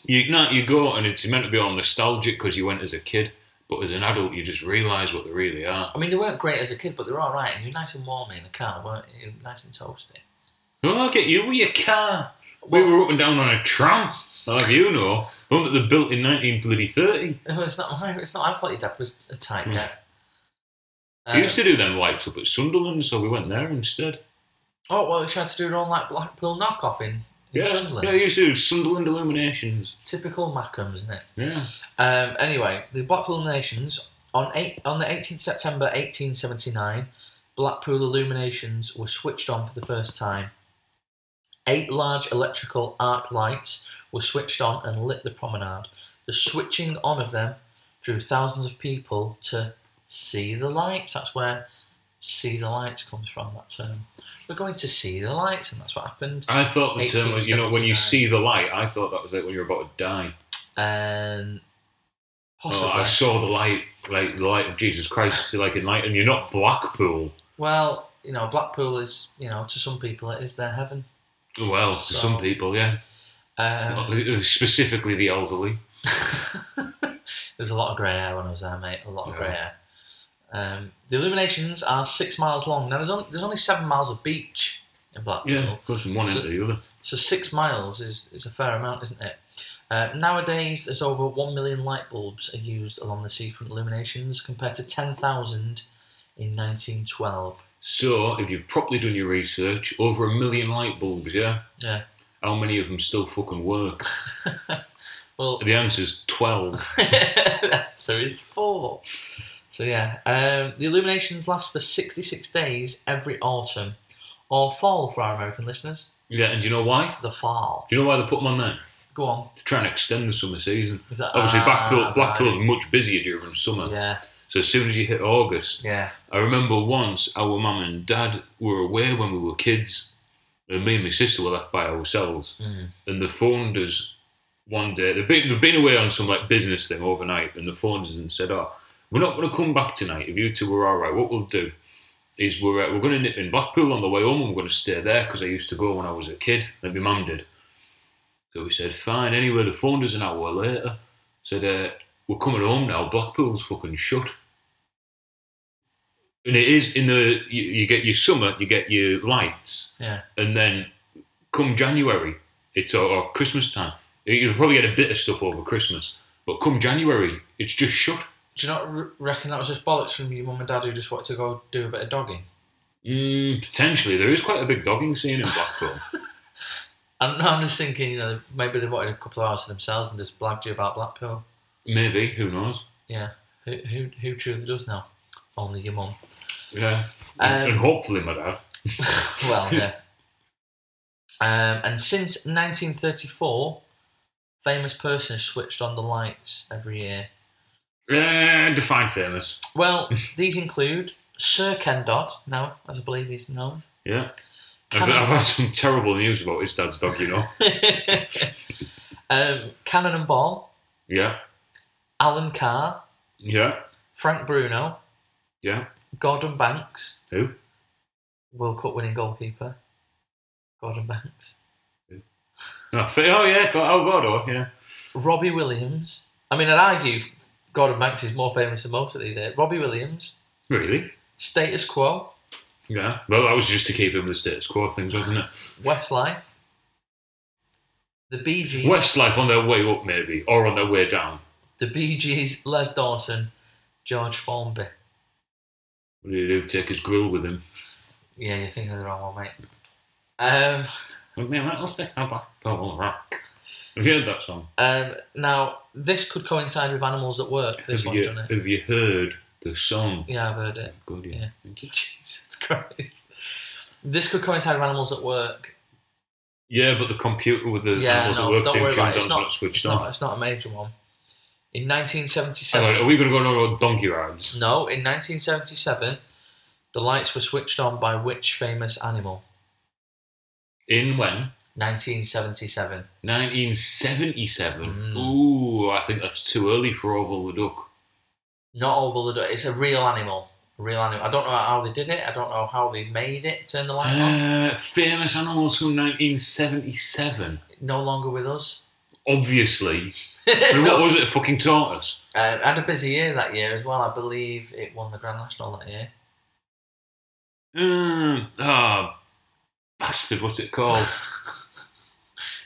B: You no, you go and it's meant to be all nostalgic because you went as a kid, but as an adult you just realise what they really are.
C: I mean, they weren't great as a kid, but they were all right. And you're nice and warm in the car, weren't you? You're Nice and toasty.
B: Oh, look at you with your car. We were up and down on a tram. Like you know, one that they built in nineteen bloody thirty.
C: No, it's not my. It's not. I thought your dad was a tight
B: Hmm.
C: guy. Um,
B: We used
C: Uh,
B: to do them lights up at Sunderland, so we went there instead.
C: oh well, they tried to do their own like Blackpool knockoff in, in
B: Yeah,
C: Sunderland.
B: yeah, we used to do Sunderland illuminations.
C: Typical Macums, isn't it?
B: Yeah,
C: Um, anyway, the Blackpool Nations on eight on the 18th September 1879, Blackpool illuminations were switched on for the first time. Eight large electrical arc lights were switched on and lit the promenade. The switching on of them drew thousands of people to see the lights. That's where see the lights comes from. That term. We're going to see the lights, and that's what happened.
B: I thought the term was you know when you
C: 1879.
B: see the light. I thought that was it when you're about to die.
C: And Um, possibly, Ah.
B: Oh, I saw the light, like the light of Jesus Christ, to like enlighten. You're not Blackpool.
C: Well, you know, Blackpool is, you know, to some people it is their heaven.
B: Well, to
C: So-
B: some people, yeah.
C: Um,
B: Well, Specifically the elderly.
C: there was a lot of grey hair when I was there, mate. A lot of
B: Yeah.
C: grey hair. Um, the illuminations are six miles long. Now there's only there's only seven miles of beach in Blackpool,
B: Yeah, of course, from one end
C: So-
B: to the other.
C: so six miles is is a fair amount, isn't it? Uh, nowadays, there's over one million light bulbs are used along the seafront illuminations, compared to ten thousand in 1912.
B: So, if you've properly done your research, over a million light bulbs, yeah?
C: Yeah.
B: How many of them still fucking work?
C: Well,
B: The answer's 12.
C: there is four. So yeah, um, the illuminations last for 66 days every autumn, or fall for our American listeners.
B: yeah, and do you know why?
C: The fall.
B: Do you know why they put them on there?
C: Go on.
B: To try and extend the summer season.
C: Is that
B: Obviously,
C: ah,
B: Blackpool,
C: right.
B: Blackpool's much busier during summer.
C: Yeah,
B: So, as soon as you hit August,
C: yeah.
B: I remember once our mum and dad were away when we were kids, and me and my sister were left by ourselves.
C: Mm.
B: And the phoned us one day. They've been, they've been away on some like business thing overnight, and the phoned us and said, "Oh, we're not going to come back tonight. If you two are all right, what we'll do is we're uh, we're going to nip in Blackpool on the way home, and we're going to stay there because I used to go when I was a kid. Like my mum did." So we said, "Fine." Anyway, the phoned us an hour later. Said, uh, "We're coming home now. Blackpool's fucking shut." And it is in the you, you get your summer, you get your lights,
C: Yeah.
B: and then come January, it's or, or Christmas time, you'll probably get a bit of stuff over Christmas. But come January, it's just shut.
C: Do you not re- reckon that was just bollocks from your mum and dad who just wanted to go do a bit of dogging?
B: Mm, potentially, there is quite a big dogging scene in Blackpool.
C: I don't know. I'm just thinking, you know, maybe they wanted a couple of hours to themselves and just blagged you about Blackpool.
B: Maybe, who knows?
C: Yeah. Who who who truly does know? Only your mum.
D: Yeah.
B: and
C: Um,
B: hopefully my dad.
C: well, yeah. Um, and since 1934, famous person has switched on the lights every year.
B: Uh, define famous.
C: Well, these include Sir Ken Dodd, now as I believe he's known.
B: Yeah. I've,
C: Can I-
B: I've had some terrible news about his dad's dog, you know.
C: um, Cannon and Ball,
B: Yeah.
C: Alan Carr,
B: Yeah.
C: Frank Bruno,
B: Yeah.
C: Gordon Banks,
B: Who?
C: World Cup winning goalkeeper. Gordon Banks.
B: Oh, fa- oh yeah. God, oh, God. Oh, yeah.
C: Robbie Williams. I mean, I'd argue Gordon Banks is more famous than most of these. eh? Robbie Williams,
B: Really?
C: Status Quo,
B: Yeah. Well, that was just to keep him the status quo things, wasn't it?
C: Westlife, the Bee Gees,
B: Westlife on their way up, maybe, or on their way down.
C: the Bee Gees, Les Dawson, George Formby.
B: What did he do? Take his grill with him.
C: Yeah, you're thinking of the wrong one, mate. Um,
B: With me, right, let's take our back. Oh, all right. Have you heard that song?
C: um, now this could coincide with animals that work. This
B: have,
C: one,
B: you,
C: doesn't it?
B: have you heard the song?
C: Yeah, I've heard it.
B: Good, yeah.
C: Yeah.
B: Thank you.
C: Jesus Christ. This could coincide with animals at work.
B: Yeah, but the computer with the
C: Yeah,
B: animals
C: no,
B: at work
C: don't
B: thing
C: worry
B: tunes
C: about it.
B: on
C: It's
B: is
C: not-
B: not switched
C: It's
B: on.
C: not. It's not a major one. In
B: Hang
C: 1977.
B: on, are we going to go on our donkey rides?
C: No, in 1977, the lights were switched on by which famous animal?
B: In when?
C: 1977.
B: 1977.
C: Mm.
B: Ooh, I think that's too early for Oval the Duck.
C: Not all the It's a real animal. A real animal. I don't know how they did it. I don't know how they made it turn the light on.
B: Uh, famous animals from 1977.
C: No longer with us.
B: Obviously. I mean, what
C: No.
B: was it? A fucking tortoise?
C: Uh, had a busy year that year as well. I believe it won the Grand National that year.
B: Mm, ah, bastard, what's it called?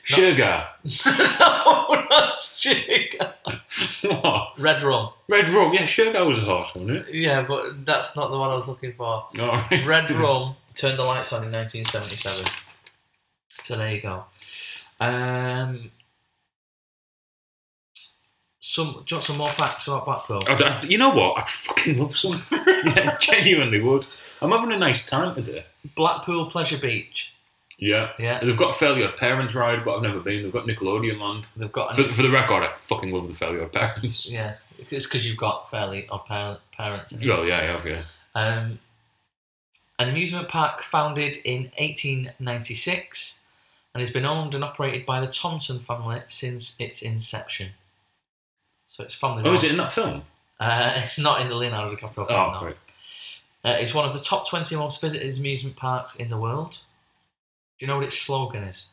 B: Sugar.
C: no, not Sugar.
B: what?
C: Oh, Red Rum.
B: Red Rum. Yeah, Sugar was a horse, wasn't it?
C: Yeah, but that's not the one I was looking for.
B: All right.
C: Red Rum turned the lights on in 1977. So there you go. Um, some, do you want some more facts about Blackpool?
B: I'd- I'd- you know what? I'd fucking love some. yeah, genuinely would. I'm having a nice time today.
C: Blackpool Pleasure Beach.
B: Yeah.
C: Yeah,
B: They've got Failure Parents Ride, but I've never been. They've got Nickelodeon Land.
C: they've got.
B: For,
C: An,
B: for the record, I fucking love the Failure Parents.
C: yeah, it's because you've got fairly odd par- parents. haven't you?
B: Well, yeah, I have, yeah.
C: Um, an amusement park founded in 1896 and has been owned and operated by the Thompson family since its inception. So it's family.
B: Oh, is
C: run.
B: it in that film?
C: Uh, it's not in the Leonardo DiCaprio film.
B: Oh,
C: no.
B: great.
C: Uh, it's one of the top 20 most visited amusement parks in the world. Do you know what its slogan is?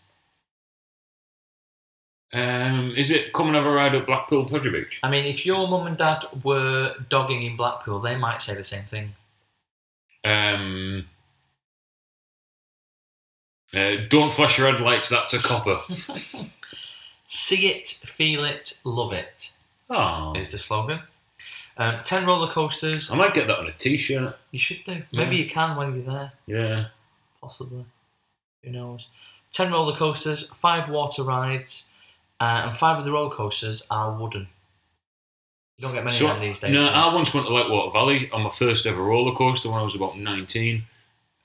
B: Um, is it Come and Have a Ride at Blackpool Pleasure Beach?
C: I mean, if your mum and dad were dogging in Blackpool, they might say the same thing.
B: Um, uh, don't flash your red lights, that's a copper.
C: See it, feel it, love it
B: Oh,
C: is the slogan. Um, 10 roller coasters,
B: I might get that on a t shirt.
C: You should do. Maybe you can when you're there,
B: Yeah.
C: possibly. Who knows? Ten roller coasters, five water rides, uh, and five of the roller coasters are wooden. You don't get many
B: So-
C: of them these days.
B: No,
C: do you?
B: I once went to Whitewater Valley on my first ever roller coaster when I was about 19.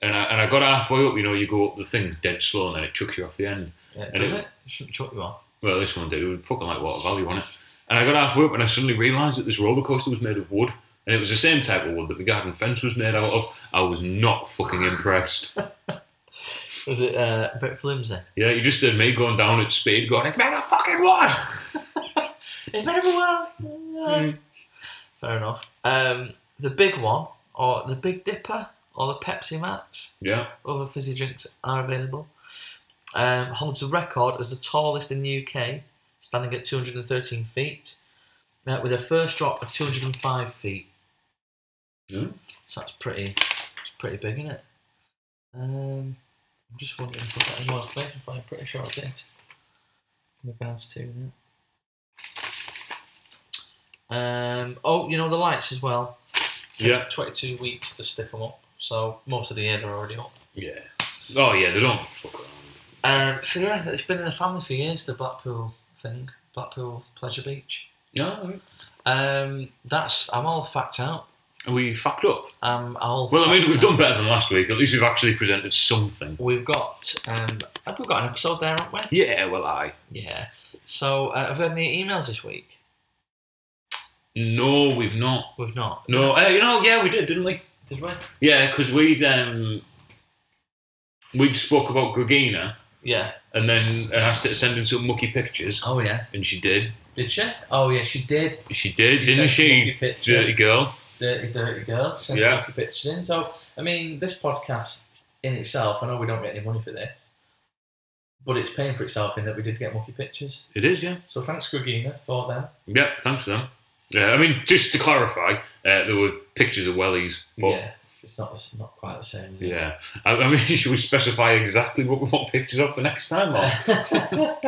B: And I, and I got halfway up, you know, you go up the thing dead slow and then it chucks you off the end.
C: Yeah,
B: I
C: does
B: do.
C: it? It shouldn't chuck you off.
B: Well, this one did. It was fucking like Water Valley, wasn't it? And I got halfway up and I suddenly realised that this roller coaster was made of wood. And it was the same type of wood that the garden fence was made out of. I was not fucking impressed.
C: Was it uh, a bit flimsy?
B: yeah, you just heard me going down at speed going, it's made of fucking wood!
C: It's made of
B: Mm.
C: wood. Fair enough. Um, the big one, or the Big Dipper, or the Pepsi Max,
B: Yeah.
C: other fizzy drinks are available. Um, holds a record as the tallest in the UK, standing at 213 feet, uh, with a first drop of 205 feet.
B: Yeah.
C: So that's pretty, it's pretty big, isn't it? Um, I'm just wondering if I've got any more information, but I'm pretty sure I did. In regards to that. Um, oh, you know the lights as well. Takes
B: Yeah.
C: 22 weeks to stick them up, so most of the year they're already up.
B: Yeah. Oh, yeah, they don't fuck around.
C: Um, so yeah, it's been in the family for years. The Blackpool thing, Blackpool Pleasure Beach.
B: No,
C: Um, that's I'm all fact out.
B: Are we fucked up?
C: Um, I'll
B: Well, I mean, we've done better than last week. At least we've actually presented something.
C: We've got um, have we got an episode there, haven't we?
B: Yeah, well, I.
C: Yeah. So uh, have we had any emails this week?
B: No, we've not.
C: We've not.
B: No, uh, you know, yeah, we did, didn't we?
C: Did we?
B: Yeah, because we'd um, we'd spoke about Gregina
C: Yeah.
B: and then and asked her to send in some mucky pictures,
C: Oh yeah.
B: and she did.
C: Did she? Oh yeah, she did.
B: She did,
C: She
B: didn't
C: sent a
B: she?
C: mucky picture.
B: Dirty girl.
C: Dirty, dirty girl. Send
B: Yeah.
C: yeah. pictures in. So I mean, this podcast in itself, I know we don't get any money for this, but it's paying for itself in that we did get mucky pictures.
B: It is, yeah.
C: So thanks, Gregina, for them.
B: Yeah, thanks for that. Yeah, I mean, just to clarify, uh, there were pictures of wellies, but yeah.
C: yeah. It's not it's not quite the same. Is it?
B: I, I mean, should we specify exactly what we want pictures of for next time? Or?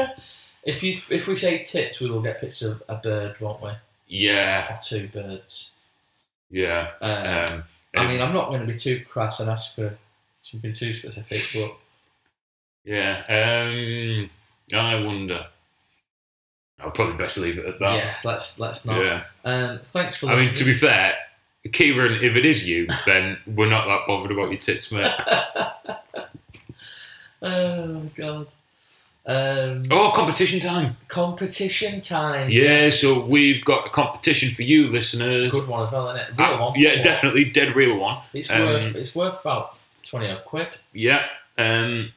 C: if you if we say tits, we will get pictures of a bird, won't we?
B: yeah,
C: Or two birds.
B: yeah.
C: Uh,
B: Um,
C: I mean, I'm not going to be too crass and ask for something too specific, but
B: yeah. Um, I wonder. I'll probably best leave it at that.
C: yeah, let's let's not.
B: Yeah.
C: Um, thanks for.
B: I mean, to
C: listening.
B: be fair, Kieran, if it is you, then we're not that bothered about your tits, mate.
C: oh god. Um,
B: Oh, competition time.
C: Competition time.
B: Yeah, so we've got a competition for you, listeners.
C: Good one as well, isn't it? Real
B: Ah,
C: one.
B: yeah, definitely dead real one.
C: It's
B: Um,
C: worth it's worth about twenty odd quid.
B: Yeah. Um,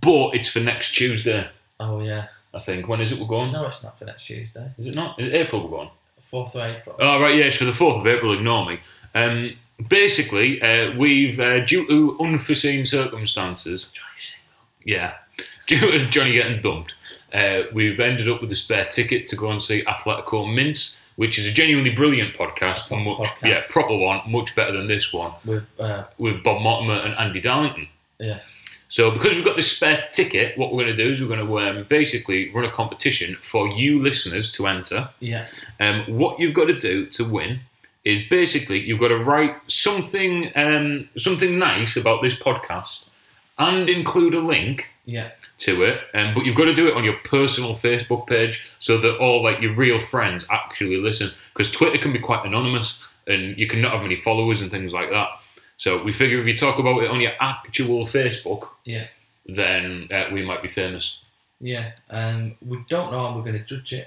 B: but it's for next Tuesday,
C: Oh yeah.
B: I think. When is it we're going?
C: No, it's not for next Tuesday.
B: Is it not? Is it April we're going?
C: Fourth of April.
B: Oh, right, yeah, it's for the 4th of April, ignore me. Um, basically, uh, we've, uh, due to unforeseen circumstances, yeah, due to Johnny getting dumped, uh, we've ended up with a spare ticket to go and see Athletico Mince, which is a genuinely brilliant podcast.
C: Proper
B: much,
C: podcast.
B: Yeah, proper one, much better than this one,
C: With uh,
B: with Bob Mortimer and Andy Darlington.
C: yeah.
B: So, because we've got this spare ticket, what we're going to do is we're going to um, basically run a competition for you listeners to enter.
C: Yeah.
B: Um, what you've got to do to win is basically you've got to write something um, something nice about this podcast and include a link
C: Yeah.
B: to it. Um, but you've got to do it on your personal Facebook page so that all like your real friends actually listen because Twitter can be quite anonymous and you can not have many followers and things like that. So we figure if you talk about it on your actual Facebook,
C: Yeah.
B: then uh, we might be famous.
C: Yeah. Um, we don't know how we're going to judge it,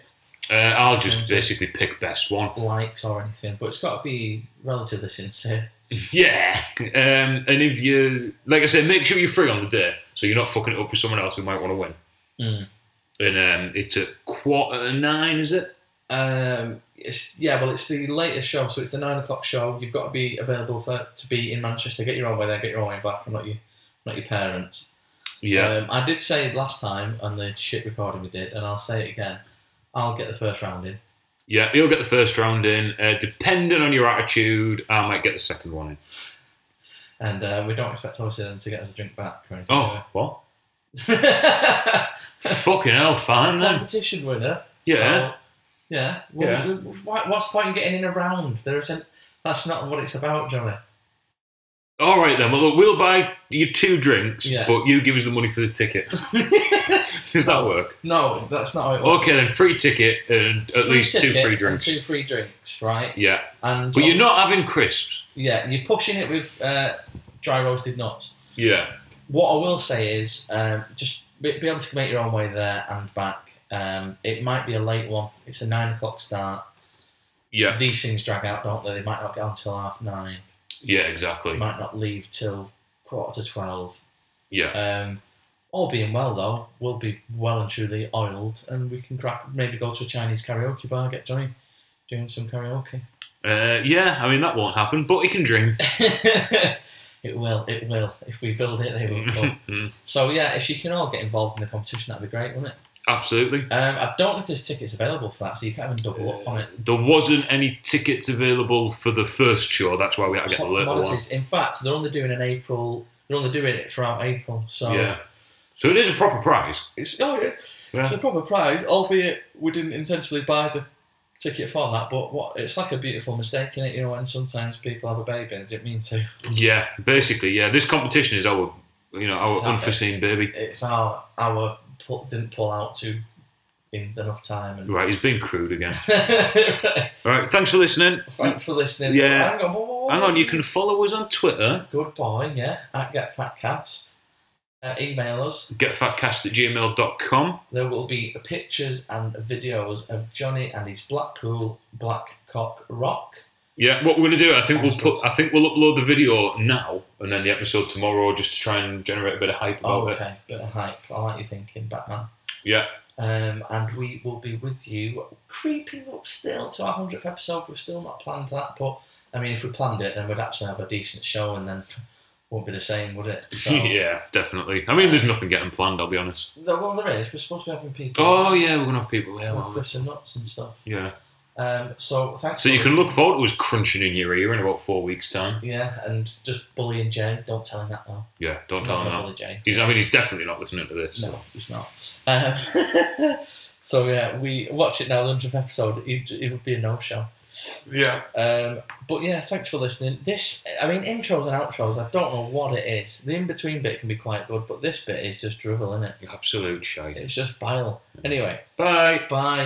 B: Uh, I'll just
C: Okay.
B: basically pick best one.
C: likes or anything, but it's got to be relatively sincere.
B: Yeah, um, and if you, like I said, make sure you're free on the day, so you're not fucking it up for someone else who might want to win.
C: Mm.
B: And um, it's at quarter to nine, is it?
C: Um, it's, yeah, well, it's the later show, so it's the nine o'clock show. You've got to be available for to be in Manchester. Get your own way there. Get your own way back. I'm not you, not your parents.
B: Yeah.
C: Um, I did say last time on the shit recording we did, and I'll say it again. I'll get the first round in.
B: yeah, you'll get the first round in. Uh, depending on your attitude, I might get the second one in.
C: And uh, we don't expect obviously them to get us a drink back or anything.
B: Oh, what?
C: do we?
B: fucking hell, fine then.
C: competition winner.
B: Yeah.
C: So, yeah. Well,
B: Yeah.
C: Why, what's the point in getting in a round? There isn't. That's not what it's about, Johnny.
B: All right then. Well, look, we'll buy you two drinks,
C: Yeah.
B: but you give us the money for the ticket. Does that work?
C: no, that's not how it works.
B: Okay, then free ticket and at
C: Free
B: least two
C: ticket
B: free
C: and
B: drinks.
C: Two free drinks, right?
B: Yeah,
C: And
B: but you're not having crisps.
C: Yeah, you're pushing it with uh, dry roasted nuts.
B: Yeah.
C: What I will say is, um, just be, be able to make your own way there and back. Um, it might be a late one. It's a nine o'clock start.
B: Yeah.
C: These things drag out, don't they? They might not get on till half nine.
B: Yeah,
C: They
B: exactly.
C: might not leave till quarter to twelve.
B: Yeah.
C: Um, all being well, though, we'll be well and truly oiled, and we can crack, maybe go to a Chinese karaoke bar, get Johnny doing some karaoke.
B: Uh, yeah, I mean, that won't happen, but he can dream.
C: it will, it will. If we build it, they will come. so, yeah, if you can all get involved in the competition, that'd be great, wouldn't it?
B: Absolutely.
C: Um, I don't know if there's tickets available for that, so you can't even double up on it.
B: There wasn't any tickets available for the first show. That's why we had to Uh, get the
C: Hot
B: little one.
C: commodities. In fact, they're only doing an April. They're only doing it throughout April, so
B: Yeah. So it is a proper prize.
C: it's oh yeah, It's
B: Yeah.
C: a proper prize, albeit we didn't intentionally buy the ticket for that. But what it's like a beautiful mistake in it, you know. And sometimes people have a baby and didn't mean to.
B: Yeah. Basically, yeah. This competition is our, you know, our
C: Exactly.
B: unforeseen baby.
C: It's our our pull, didn't pull out to in enough time. And...
B: Right, he's been crude again. All right, thanks for listening.
C: Thanks for listening.
B: Yeah.
C: Hang on. whoa, whoa, whoa.
B: Hang on, you can follow us on Twitter,
C: Good point. Yeah. At Get Fatcast. Uh, email us.
B: getfatcast at gmail.com.
C: There will be pictures and videos of Johnny and his Blackpool Blackcock Rock.
B: Yeah, what we're gonna do, I think we'll
C: Thanks,
B: put,
C: lads.
B: I think we'll upload the video now and then the episode tomorrow, just to try and generate a bit of hype about
C: Oh,
B: it.
C: okay. Bit of hype. I like your thinking, Batman.
B: Yeah,
C: Um, and we will be with you, creeping up still to our hundredth episode. We've still not planned that, but I mean, if we planned it, then we'd actually have a decent show, and then won't be the same, would it? So,
B: yeah, definitely. I mean, there's nothing getting planned. I'll be honest.
C: There- Well, there is. We're supposed to be having people.
B: Oh yeah, we're gonna have people here.
C: with
B: aren't we?
C: Chris and nuts and stuff.
B: Yeah.
C: Um, so thanks.
B: So
C: for
B: you can
C: listening.
B: look forward to us crunching in your ear in about four weeks' time.
C: Yeah, and just bullying Jay. Don't tell him that though.
B: Yeah, don't tell him
C: Not
B: that.
C: bully Jay.
B: He's, I mean, he's definitely not listening to this.
C: No, it's not. Um, so yeah, we watch it now. The hundredth episode. It, it would be a no-show.
B: Yeah.
C: Um, but yeah, thanks for listening. This, I mean, intros and outros, I don't know what it is. The in between bit can be quite good, but this bit is just drivel, isn't it?
B: Absolute shite.
C: It's just bile. Anyway,
B: Bye.
C: bye.